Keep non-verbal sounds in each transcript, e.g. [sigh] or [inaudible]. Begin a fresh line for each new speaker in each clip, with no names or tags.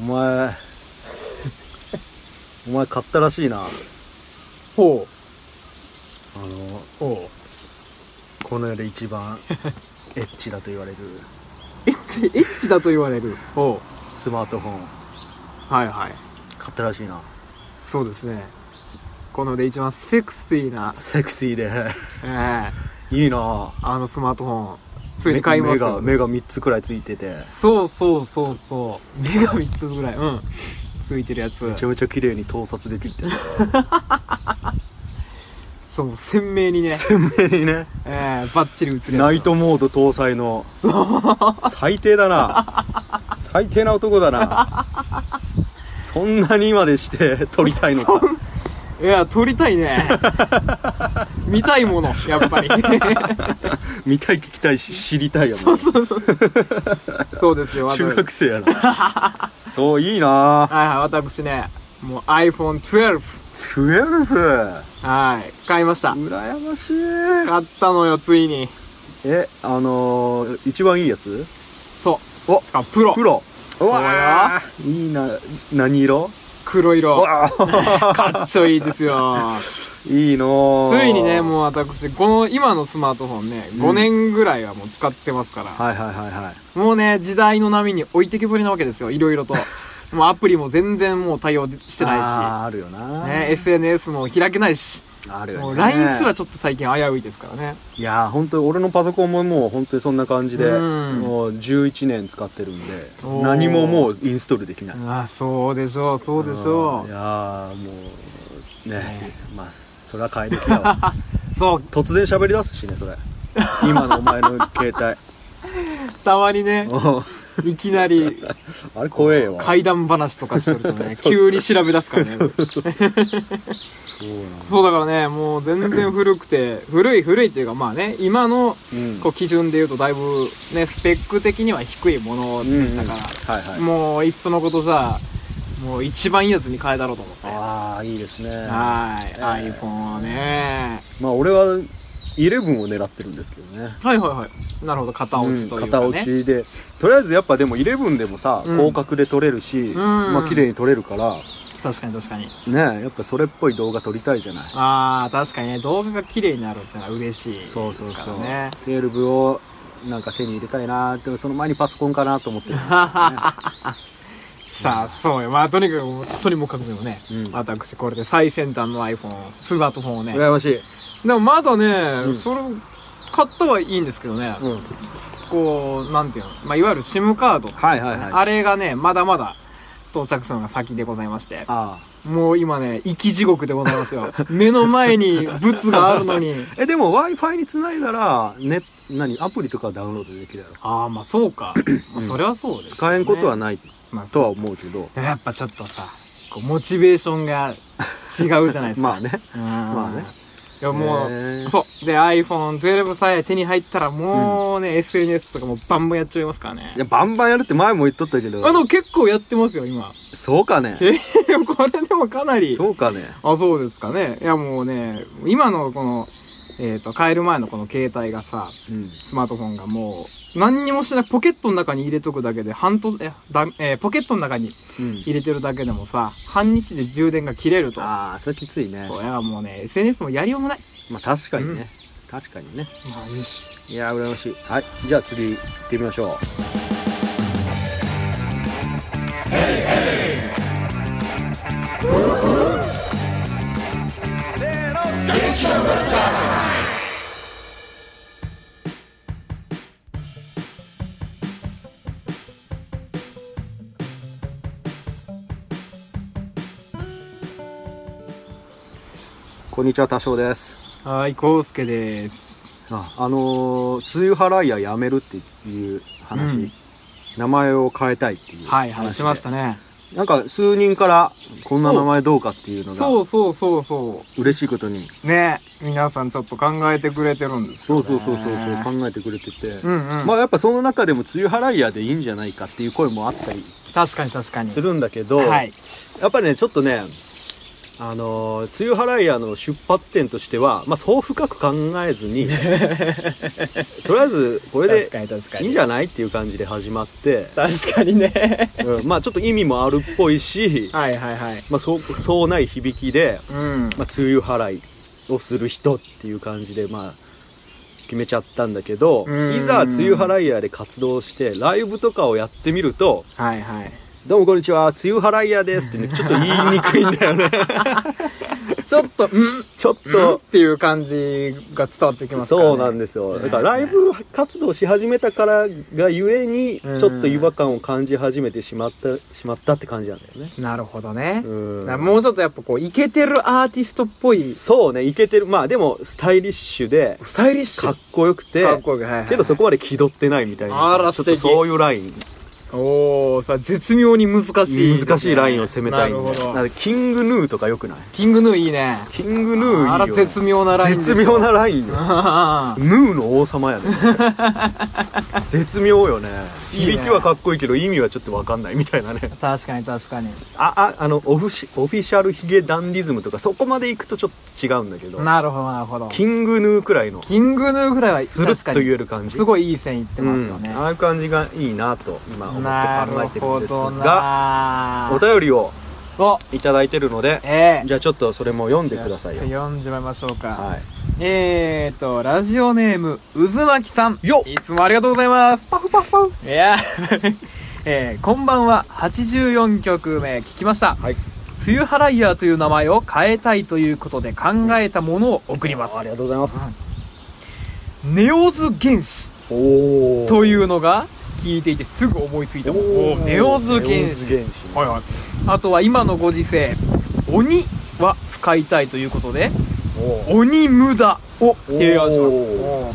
お前お前買ったらしいなあ
ほ
の
うほ
この世で一番エッチだと言われる
うエッチエッチだと言われるほ
スマートフォン
うはいはい
買ったらしいな
そうですねこので一番セクシーな、
セクシー [laughs] で
ええ
いいな
あのスマートフォンつい
目
に買いま
目
す
が目が3つくらいついてて
そうそうそうそう目が3つぐらいうんついてるやつ
めちゃめちゃ綺麗に盗撮できる [laughs] ってやつ
そう鮮明にね、
鮮明にね
ええバッチリ映る
ナ
や
イトモード搭載の最低だな最低な男だなそんなにまでして撮りたいのか
ついや撮りたいね
[laughs]
見たいものやっぱり
見たい聞きたいし知りたいよね
そうですよ
中学生やな
[laughs]
そういいな
はいはい、私ね、もう iPhone12、
12
はい、買いました。
羨ましい
買ったのよ、ついに。
えあのー、一番いいやつ
そ
お
う。しかもプロ。
黒うわーいいな何色
黒
う
色。
わー
[laughs] かっちょいいです [laughs] よ。
いいの
ついにね、もう私、この、今のスマートフォンね、5年ぐらいはもう使ってますから。
はいはいはいはい
もうね、時代の波に置いてけぼりなわけですよ、いろいろ [laughs] と。もうアプリも全然もう対応してな
あーあるよない
し。ね、SNS も開けないし。
あるよね
もう LINE すらちょっと最近危ういですからね。
いやー本当俺のパソコンももう本当にそんな感じで
うん
もう11年使ってるんで
おー
何ももうインストールできない
ああ、そうでしょう、そうでしょ
いやーもうねまあそれは変え時だわ
う。そう、
[laughs] 突然喋り出すしねそれ今のお前の携
たまにね
帯。おう
いきなり
[laughs] あれ怖えよ
怪談話とかしてるとね
[laughs] そう
急に調べ出すからねそう
そうなの
だからねもう全然古くて古い古いっていうかまあね今の
うん
こう基準で言うとだいぶねスペック的には低いものでしたか
うんうんはいは
ら
い
もういっそのことじゃあもう一番いいやつに変えだろうと思っては
ああいいですね
ーい、
えー
iPhone をね
まあ俺は11を狙ってるんですけどね
はいはいはいなるほど片落ちと
う
い
ん
うか
片
ね、
落ちでとりあえずやっぱでも11でもさ、
うん
広角で撮れるし、まあ綺麗に撮れるから
確かに確かに
ねえやっぱそれっぽい動画撮りたいじゃない
ああ確かにね動画が綺麗になるってのは嬉しいですからね
12をなんか手に入れたいなーでもその前にパソコンかなと思ってるんです
さあ、そうよ。まあ、とにかく、とにもかくにもね、
うん
私、これで最先端の iPhone、スマートフォンをね。
羨ましい、
でも、まだね、
うん
それ、買ったはいいんですけどね、
うん、
こう、なんていうの、まあ、いわゆる SIM カード、
はいはいはい
あれがね、まだまだ、到着するのが先でございまして。
あ
もう今ね、生き地獄でございま
[laughs]
すよ。目の前に物があるのに。
あえでも w i f i につないだらね何アプリとかダウンロードできるやろ
ああ、まあそう
[clears throat]
か。まあそれはそうです、ね。
使えんことはない
まあそ
と
う
は思うけど
でもやっぱちょっとさ、こう、モチベーションが違うじゃないですか。
まあね [laughs] ま
ま
あね。
いやもう、
ねえ
そう。で、iPhone12 さえ手に入ったらもうね、SNS とかもバンバンやっちゃいますからね
い。やバンバンやるって前も言っとったけど
あの、結構やってますよ、今。
そうかね
えー、 [laughs] これでもかなり。
そうかね
あ、そうですかね。いやもうね、今のこの、えっ、と、買える前のこの携帯がさ、
うん
スマートフォンがもう、何にもしないポケットの中に入れとくだけで、半年、え、だえーポケットの中に
うん
入れてるだけでもさ、半日で充電が切れると。
ああそれきついね
そう、いやもうね、SNS もやりようもない。
まあ確かに
うん
ね確かにね
まあいい
いやー羨ましいはいじゃあ次行ってみましょうこんにちは多少です
はい、こうすけです。
ああのー梅雨払いややめるっていう話、
うん
名前を変えたいっていう話で
はい、はい、しましたね。
なんか数人からこんな名前どうかっていうの
そ
が
うそうそうそ
嬉しいことに
う。ね、皆さんちょっと考えてくれてるんです
そ
よ、
う
ね。
そうそうそうそう考えてくれてて、
うんうん。
まあやっぱその中でも梅雨払いやでいいんじゃないかっていう声もあったり
確かに確かに。
するんだけど、
はい。
やっぱりねちょっとねあのー梅雨払い屋の出発点としては、まあ、そう深く考えずにとりあえずこれ
確か
で
に確か
い
に
いんじゃないっていう感じで始まって、
確かにね
うん、まあちょっと意味もあるっぽいし、
はいはいはい
まあ、そうそうない響きで、
うん
まあ、梅雨払いをする人っていう感じでまあ決めちゃったんだけど
うん
いざ梅雨払い屋で活動してライブとかをやってみると
はいはい
「どうもこんにちは梅雨払い屋です」ってねちょっと言いにくいんだよ
[laughs]
ね
ちょっと「ん?」
ちょっ
うんっ
と。
ていう感じが伝わってきますからね
そうなんですよだからライブ活動し始めたからがゆえにち
うん
ょっと違和感を感じ始めてしまったしまったって感じなんだよね
なるほどね
うん
だからもうちょっとやっぱこうイケてるアーティストっぽいス
そうねいけてるまあでもスタイリッシュで
タイリッシュ
かっこよくて
かっこよくはいはいはい
けどそこまで気取ってないみたいな
あら
ちょっと
素敵
そういうライン
おおさあ絶妙に難しいですね、
難しいラインを攻めたいん
な
で
るほど
なんかキングヌーとかよくない
キングヌーいいね
キングヌーいいよ
あら絶妙なラインです
絶妙なラインよ
ああ
ヌーの王様
[laughs]
やね絶妙よね
いいね
響きはかっこいいけど意味はちょっとわかんないみたいなね
[laughs] 確かに確かに
あああのオフシオフィシャルヒゲダンディズムとかそこまで行くとちょっと違うんだけど
なるほどなるほど
キングヌーくらいの
キングヌーぐらいは
スル
確
ッ
か
と言
に
える感じ
すごいいい線いってますよ
う
ね
ん、ああいう感じがいいなと今思
な
って
る
考えてるん
ほ
です
ど
が
な
お便りを
お
いただいてるので
ええ
じゃあちょっとそれも読んでくださいよ
読んじまいましょうか、
はい
えーとラジオネーム渦巻さん
よっ
いつもありがとうございますパフパフパフいや [laughs] ーえー、こんばんは84曲目聞きました、
はい
梅雨払いヤーという名前を変えたいということで考えたものを送ります
ありがとうございます
ネオズ原子
おお
というのが聞いていてすぐ思いついたものネオズ原子
原
はいはい、あとは今のご時世鬼は使いたいということで
お
鬼無駄を提案します
お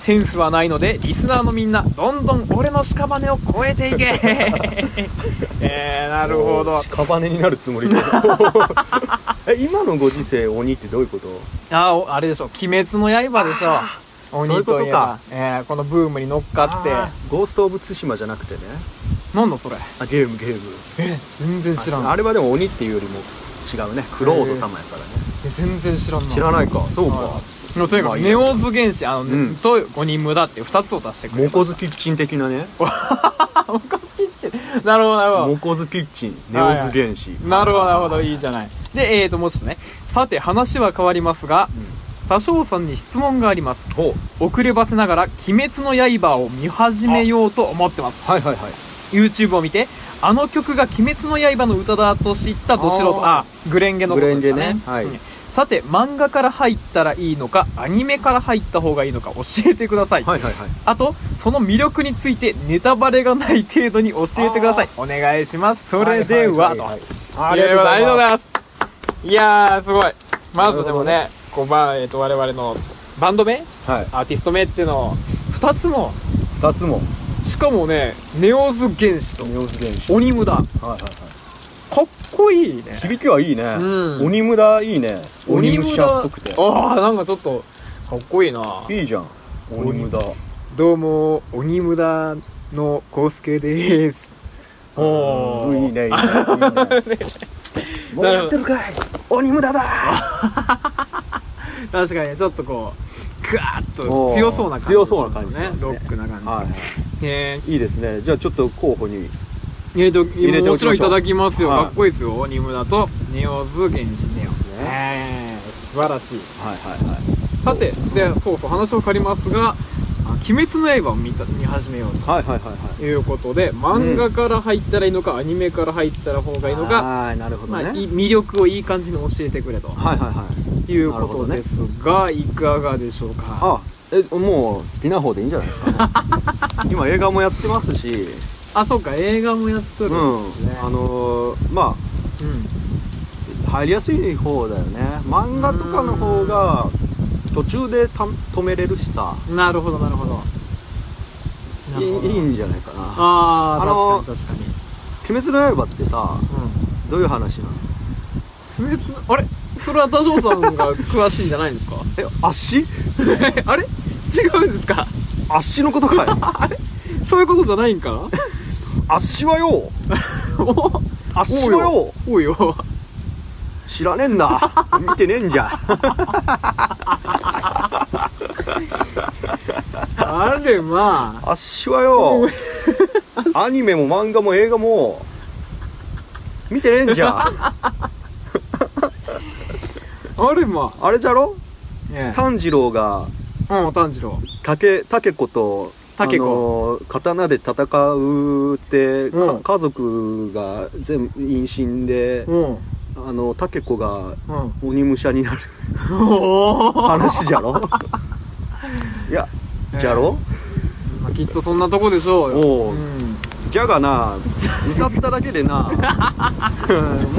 センスはないのでリスナーのみんなどんどん俺の屍を超えていけ [laughs] えー、なるほど
屍になるつもりで [laughs] え今のご時世鬼ってどういうこと
あおあれでしょ「鬼滅の刃」でしょ
そういう
鬼
こと
と
か
いえばえーこのブームに乗っかって
あーゴースト・オブ・ツシマじゃなくてね
なんだそれ
あゲームゲーム
全然知ら
あ
ん
れはでも鬼っていうよりも違うねクロード様やからね
え全然知らんな
知らないかそうか
はのとにか
まあ
く
いい
ネ
や
オズ原子あの、
ん
と鬼無駄って2つを出してくれ
モ
る
コズキッチン的なね
モコズキッチンなるほどなるほど
モコズキッチンネオズ原子
なるほどなるほどいいじゃないでえーともうちょっとねさて話は変わりますが、多少さんに質問があります
ほう
遅ればせながら「鬼滅の刃」を見始めようと思ってます
はいはいはい
YouTube を見てあの曲が「鬼滅の刃」の歌だと知ったど素人
あ
あグレンゲのことですか
グレンゲ
ね
ねはい
うんさて漫画から入ったらいいのかアニメから入った方がいいのか教えてください、
はいはいはい
あとその魅力についてネタバレがない程度に教えてくださいお願いしますそれでは,、と
ありがとうございます
す。いやー、すごい。まずでもね、こう、まあ、えっ、と、我々のバンド名
はい
アーティスト名っていうのを、二つも、
2つも
しかもね、ネオズ原子と、
ネオズ原子
鬼無駄。か
はいはいはい
っこいいね。
響きはいいね、
うん
鬼無駄いいね鬼武者っぽくて
ああ、なんかちょっと、かっこいいな。
いいじゃん鬼無駄
どうも、鬼無駄のコウスケです。お
うんいい [laughs]
ー。
ねいいねいいねもうやってるかい鬼無駄だ
確かにね、ちょっとこう、グワーッ
お
と
ー
強そうな感じ、
強そうな感じし
ね
ます。ね
ロックな感じ。
は
えー
いいいですねじゃあちょっと候補に
入れてお
入れてお
も
き
ち
ま
ろんい
しょう
ただきますよ、
はい
かっこいいですよ鬼村とネオズ原始ネオ
すね
ね素晴らしい
はいはいは
さてでそうそう話を変わりますが「あ鬼滅の刃」を見た見始めよう
いはいはいはいはい
ということで漫画から入ったらいいのか、アニメから入ったら方がいいのか
はいなるほど
ま
ね、
あ、いい魅力をいい感じに教えてくれと
はいはいはい
いうことですが、いかがでしょうか
あえもう好きな方でいいんじゃないです [laughs] か、今映画もやってますし、
あそうか映画もやっと
うん
るんですね、
あのーま
うん
あ入りやすい方だよね漫画とかの方が途中でた止めれるしさ
なるほどなるほどないるほど
いいいんじゃないかな
ああ、
あのー
確かに確かに
「鬼滅の刃」ってさ
うん
どういう話なの
不滅のあれそれは多少さんが [laughs] 詳しいんじゃないんですか
え足
え [laughs] あれ違うんですか
足のことか
[laughs]
い
そういうことじゃないんかな
足はよ
[laughs] お
足はよ
およ
知らねえんだ見てねえんじゃ
あれま
あっしはよ [laughs] アニメも漫画も映画も見てねえんじゃ
[laughs] ああれま
あれじゃろ
あね
炭治郎が
うん炭治郎
竹竹子と
竹
あの刀で戦うって、か
うん
家族が全部妊娠で、
うんうん
あの竹子が鬼武者になる
おお、
話じゃ
[laughs]
ろいやじゃろ、
まあ、きっとそんなとこでしょうよ
おう
うん、
じゃがな歌っただけで
[laughs]
な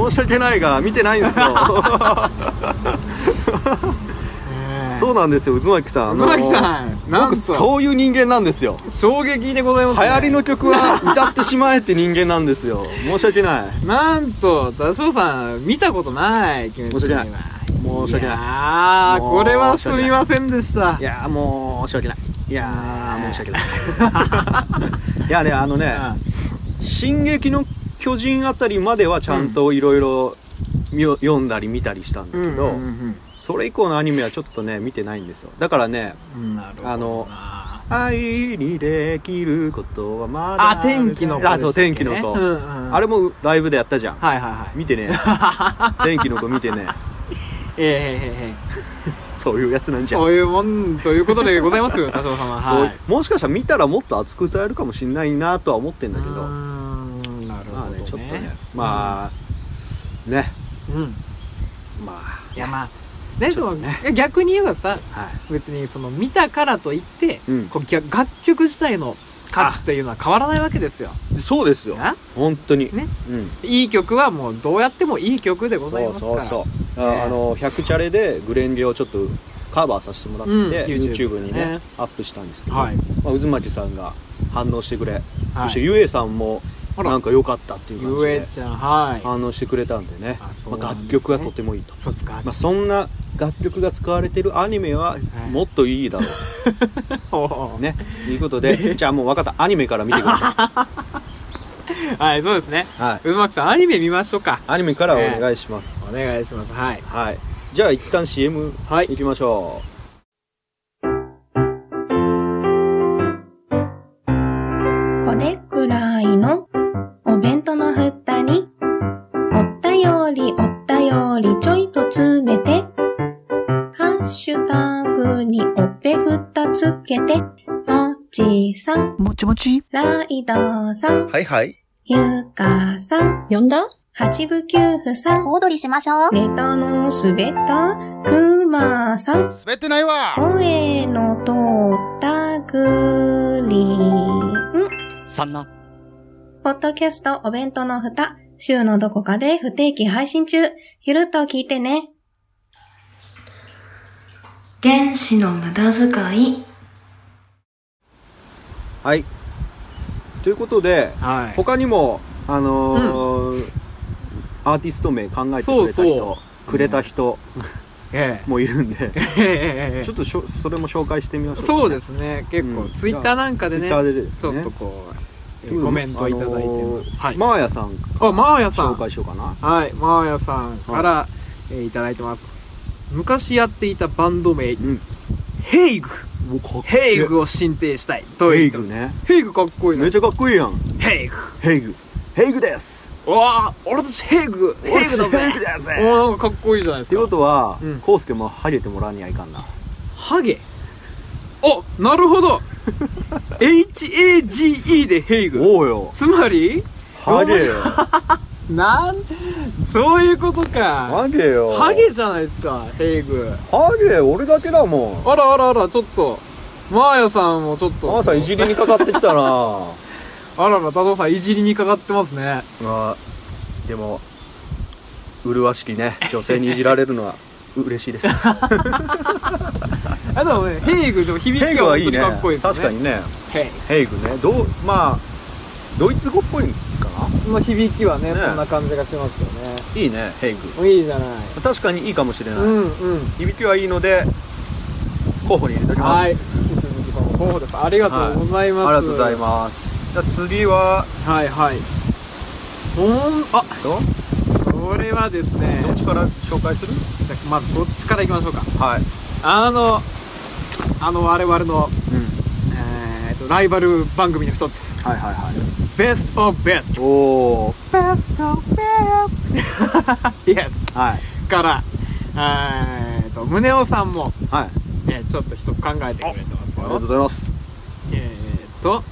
申し訳ないが見てないん
[laughs]
ですよ
ねえ
そうなんですよ渦巻さんあの
渦巻さんなん
僕
と
そういう人間なんですよ
衝撃でございま
流
す、ね、
行りの曲は歌ってしまえって人間なんですよ申し訳ない
なんとダショウさん見たことない鬼滅
申し訳ない申し訳ない
ああ
もう
これはすみませんでした
いやー申し訳ないいやー申し訳ない [laughs] いやねあのね「進撃の巨人」あたりまではちゃんといろいろ読んだり見たりしたんだ
うんう
け
ん
ど、
うん
それ以降のアニメはちょっとね見てないんですよだからね
うんなるほどな
あの愛にできることはまだ
あ天気の子でしたっけ
あそ
ね
う天気の子、
うんうん
あれもライブでやったじゃん、
はいはいはい
見て
[laughs]
ね天気の子見てね
えええええ
そういうやつなん
え
じゃん
そういうもんということでございます
[laughs]
よ多少様
そう
はい
もしかしたら見たらもっと熱く歌えるかもしんないなとは思ってんだけど
うーんなる
まあ
ほど
ね
ね
ちょっとねまあ、ね
うん
まあ
いやまあねでも
とね
逆に言えばさ
はい
別にその見たからといって、
うん
こう逆楽曲自体の価値というのは変わらないわけですよ
そうですよ
な
本当に
ね
うん
いい曲はもうどうやってもいい曲でござい
そ
ま
う
すから
そうそう
ね
ああの100チャレでグレンゲをちょっとカバーさせてもらって、
うん
YouTube
YouTube
にね
ね
アップしたんですけど、
はい
まあ、渦巻さんが反応してくれ、
はい
そしてゆえさんも
ほら
なんか良かったっていう感じ
ゆえ
で
ちゃんはい
反応してくれたんでね
あそう
ま
なんです
あ、
ね
楽曲はとてもいいと
そうっす [laughs] か
まあ、そんな楽曲が使われてるアニメはもっといいだろう、
は [laughs]
ねということでじゃあもう分かったアニメから見てくださ
いそうですね [laughs]
い、はい、
うまくさんアニメ見ましょうか
アニメからお願いします、
お願いしますはい
はいじゃあ一旦 CM
はい
行きましょ
これくらいのお弁当の蓋に、おったよりおったよりちょいと詰めて、ハッシュタグにおべふたつけて、もちさん、
もちもち
ライドさん、
はいはい。
ゆかさん、
呼んだ
八部九夫さん、
小躍りしましょう。
ネタのすべた、くまさん、
滑ってないわ
声のとったぐりん。
さんな。
ポッドキャストお弁当の蓋、週のどこかで不定期配信中。ゆるっと聞いてね。原子の無駄遣い。
うはいということで
はい
他にもあのーアーティスト名考えてくれた人
そうそ
くれた人
え
もいるんで、
え [laughs] ええ
ちょっとしょそれも紹介してみましょうかね、
そうですね結構
うん
ツイッターなんかでね
ツイッターでです
ち
ね
ょっとこうえーコメントいただいてます
は
はいい
マーヤさん
あマーヤさん
紹介しようかな
はい、マーヤさんから、えーいただいてます。昔やっていたバンド名、
ん
ヘイグ。ヘイグを進呈したい。と
ヘ
言
イ
って
グ
ます。
ね
ヘイグかっこいい
め
ね
っ。ちゃかっこいいやん
ヘイグ。
ヘイグヘイグです
うわあ、俺たちヘイグ。ヘイグだぜ。
ヘイグだぜ
おーなんかかっこいいじゃないで
っ
す
て
か。
ことは
うん
コウスケもハゲてもらわにはいかんな
ハゲ。お、なるほど。H-A-G-E でヘイグ。
おうよ
つまり、
ハゲよ
なん、そういうことか。
ハゲよ
ハゲじゃないですか、ヘイグ。
ハゲ俺だけだもん
あらあらあら、ちょっと。マーヤさんもちょっと。
マーさんいじりにかかってきたな
あらら、多藤さん、いじりにかかってますね。
まあでも麗しき [laughs] ね女性にいじられるのは嬉しいです [laughs]
あ、でもね、ヘイグ、でも響
ヘイ
き
グ
は
はいい
本当に
ね
かっこいいですね。
確か。にね
ヘイ
ヘイグねどうまあドイツ語っぽいかな
グ。の響きはね
ね
そんな感じがしますよね。
いいねヘイグ
もういいじゃない。
確かにいいかもしれない、
うんうん。
響きはいいので候補に入れておきま
はい。
す、
鈴木さんも候補です。ありがとうございます。
ありがとうございますじゃあ次は
す。はいはい。ほん、あ、
ど
おこれはですね
どっちから紹介する
じゃあまずどっちからいきましょうか
はい。
あのあの我々の、
うん。
えーとライバル番組の一つ
はいはいはい。
ベストオブベスト
おー。ベストベス
[laughs] イエス
トはい。
からえーと宗男さんも、
はい。あ
ね、ちょっと一つ考えてくれてます
りがとう
よ
ございます。
えーと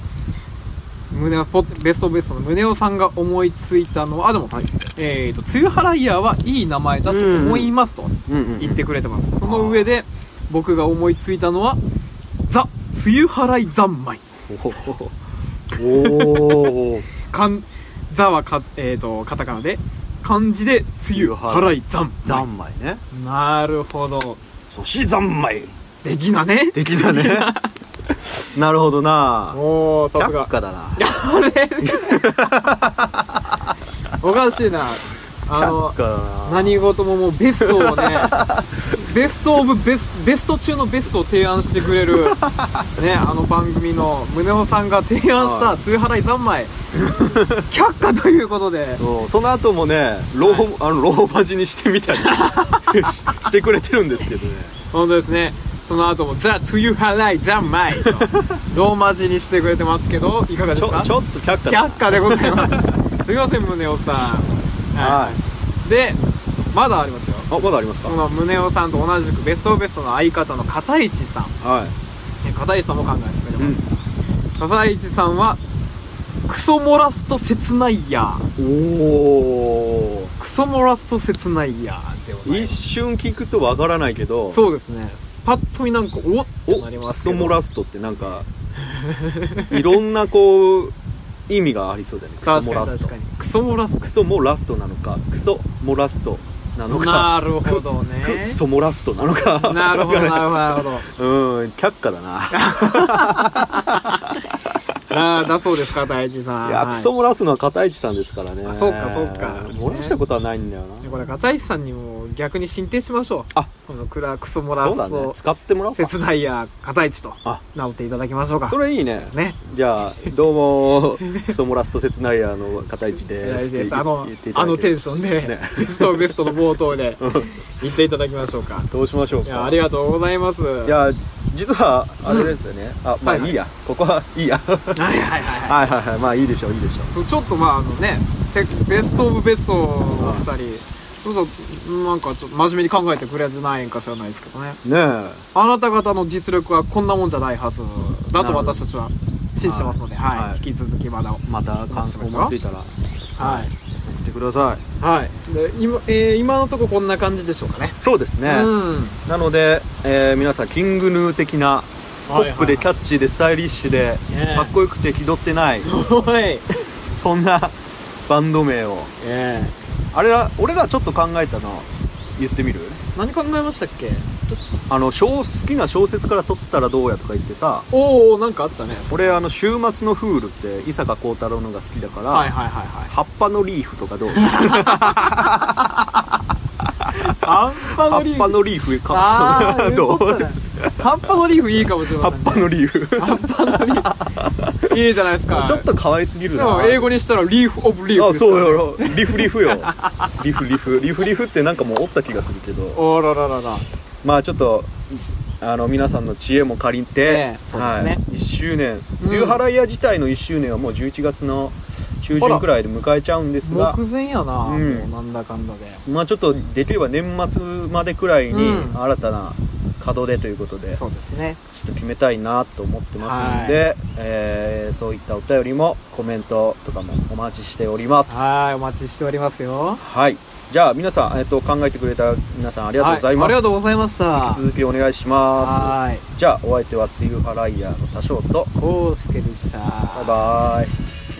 胸ポッベストオブベストの宗男さんが思いついたのはあでも、えーと「梅雨払いヤーはいい名前だと思います」と
うんうん。
言ってくれてます、その上で僕が思いついたのは「ザ・梅雨払い三昧」
おー。おー。
かん「ザ」はか、えー、とカタカナで漢字で「梅雨払い三昧
三昧ね。」
なるほど
寿司三昧。
できなね
できた [laughs] ね。なるほどな。
おおさすが
却下だな。
あ
[laughs]
れおかしい
[laughs]
なあの
却下だな。
何事ももうベストをね
[laughs]
ベストオブベスベスト中のベストを提案してくれるねあの番組の宗男さんが提案した
は
「通払い3枚」却下ということで
そうその後もねロー、あのローバジにしてみたり [laughs] ししてくれてるんですけどね
本当ですねその後も「ザ・トゥユハライ・ザ・マイ」
[laughs]
とローマ字にしてくれてますけどいかがで
ち
す
ょ
か
ちょっと却下だ
却下でございます
[laughs]
すいません宗男さん
はい
でまだありますよ
あまだありますか
この宗男さんと同じくベストオブベストの相方の片市さん
はい
ね片石さんも考えてくれます、片石さんはクソ漏らすと切ないや
おお
クソ漏らすと切ないやでござい
一
ます
瞬聞くとわからないけど
そうですねパッと見なんかおっ
お
てなりますけ
ク
ど
ソモラストってなんかいろんなこう意味がありそうだよねクソ
確
モ
か
ラ
に
ス
確
ト
かにクソ漏らす
クソモラストなのかクソモラストなのか
なるほどね
[laughs] クソモラストなのか
なるほど
わかんい
なるほどなるほど
うん却下だな
ああだそうです片石さん
いや、
はい
クソ漏らすのは片市さんですからね
あそっかそっか
漏らしたことはないんだよな、
でこれ片石さんにも逆に進呈しましょう
あ
このクラクソ漏ら
そう
す
だね
と
使ってもらおうか
切ないや片石と
あ
名乗っていただきましょうか
それいいね
ね
じゃあどう
[laughs]
もクソ漏らすと切ないやの片市で
大
す
事です
って
あの
言っていただ
あ
いて
のテンションで、
ね
ベストオブベストの冒頭で言っていただきましょうか
そうしましょう
い
か
やありがとうございますい
いや実はあれですよね、あまあ
はいはい
いいや、ここはいいやは
はいはいは
は
い
いはいまあいいでしょういいでしょう
いちょっとまああのねせベストオブベストのお二人どうぞなんかちょっと真面目に考えてくれてないんか知らないですけどね
ねえ
あなた方の実力はこんなもんじゃないはずだと私たちは信じてますので、はい
はい
引き続きまだ
また感想もついたら言
はい
ってください
はいで今,、えー今のとここんな感じでしょうかね
そうですね、 [laughs]
うん
なので、えー皆さんキングヌー的なポップで
はいはいはい
キャッチーでスタイリッシュで
ねえ
かっこよくて気取って
[laughs]
ない
おい
そんなバンド名を
ええ
あれら俺らちょっと考えたの言ってみる
何考えましたっけ
あの小好きな小説から取ったらどうやとか言ってさ
おおなんかあったね
俺あの「週末のフール」って伊坂幸太郎のが好きだから、
はいはいはいはい
葉っぱのリーフとかどう
葉っ
葉
ぱ
っ
のリーフ
ぱのリーフ
あ
か
あ
どう
葉っぱのリーフいいかもしれ
葉
ま
っぱ
せんね
のリーフ
葉っぱのリーフいいじゃないですか
ちょっと可愛すぎる
で
な
も英語にしたらリーフオブリーフ
あ
ですか
そうやろリフリフよリフリフリフリフってなんかもうおった気がするけど
おららららら
まあちょっとあの皆さんの知恵も借りて
え、えそうですね
1周年梅雨払い屋自体の1周年はもう11月の中旬くらいで迎えちゃうんですが
目前やな、
うん
もうなんだかんだで
まあちょっとできれば年末までくらいに
うん
新たな門出ということで、ちょ
そうですね
っと決めたいなと思ってますので、えーそういったお便りもコメントとかもお待ちしております。
はいお待ちしておりますよ
はい。じゃあ皆さん、えっと、考えてくれた皆さんありがとうございます。
はありがとうございました
続きお願いしま
はい
す。じゃあお相手は梅雨払いヤーの多少と、
コウスケでした
バイバイ。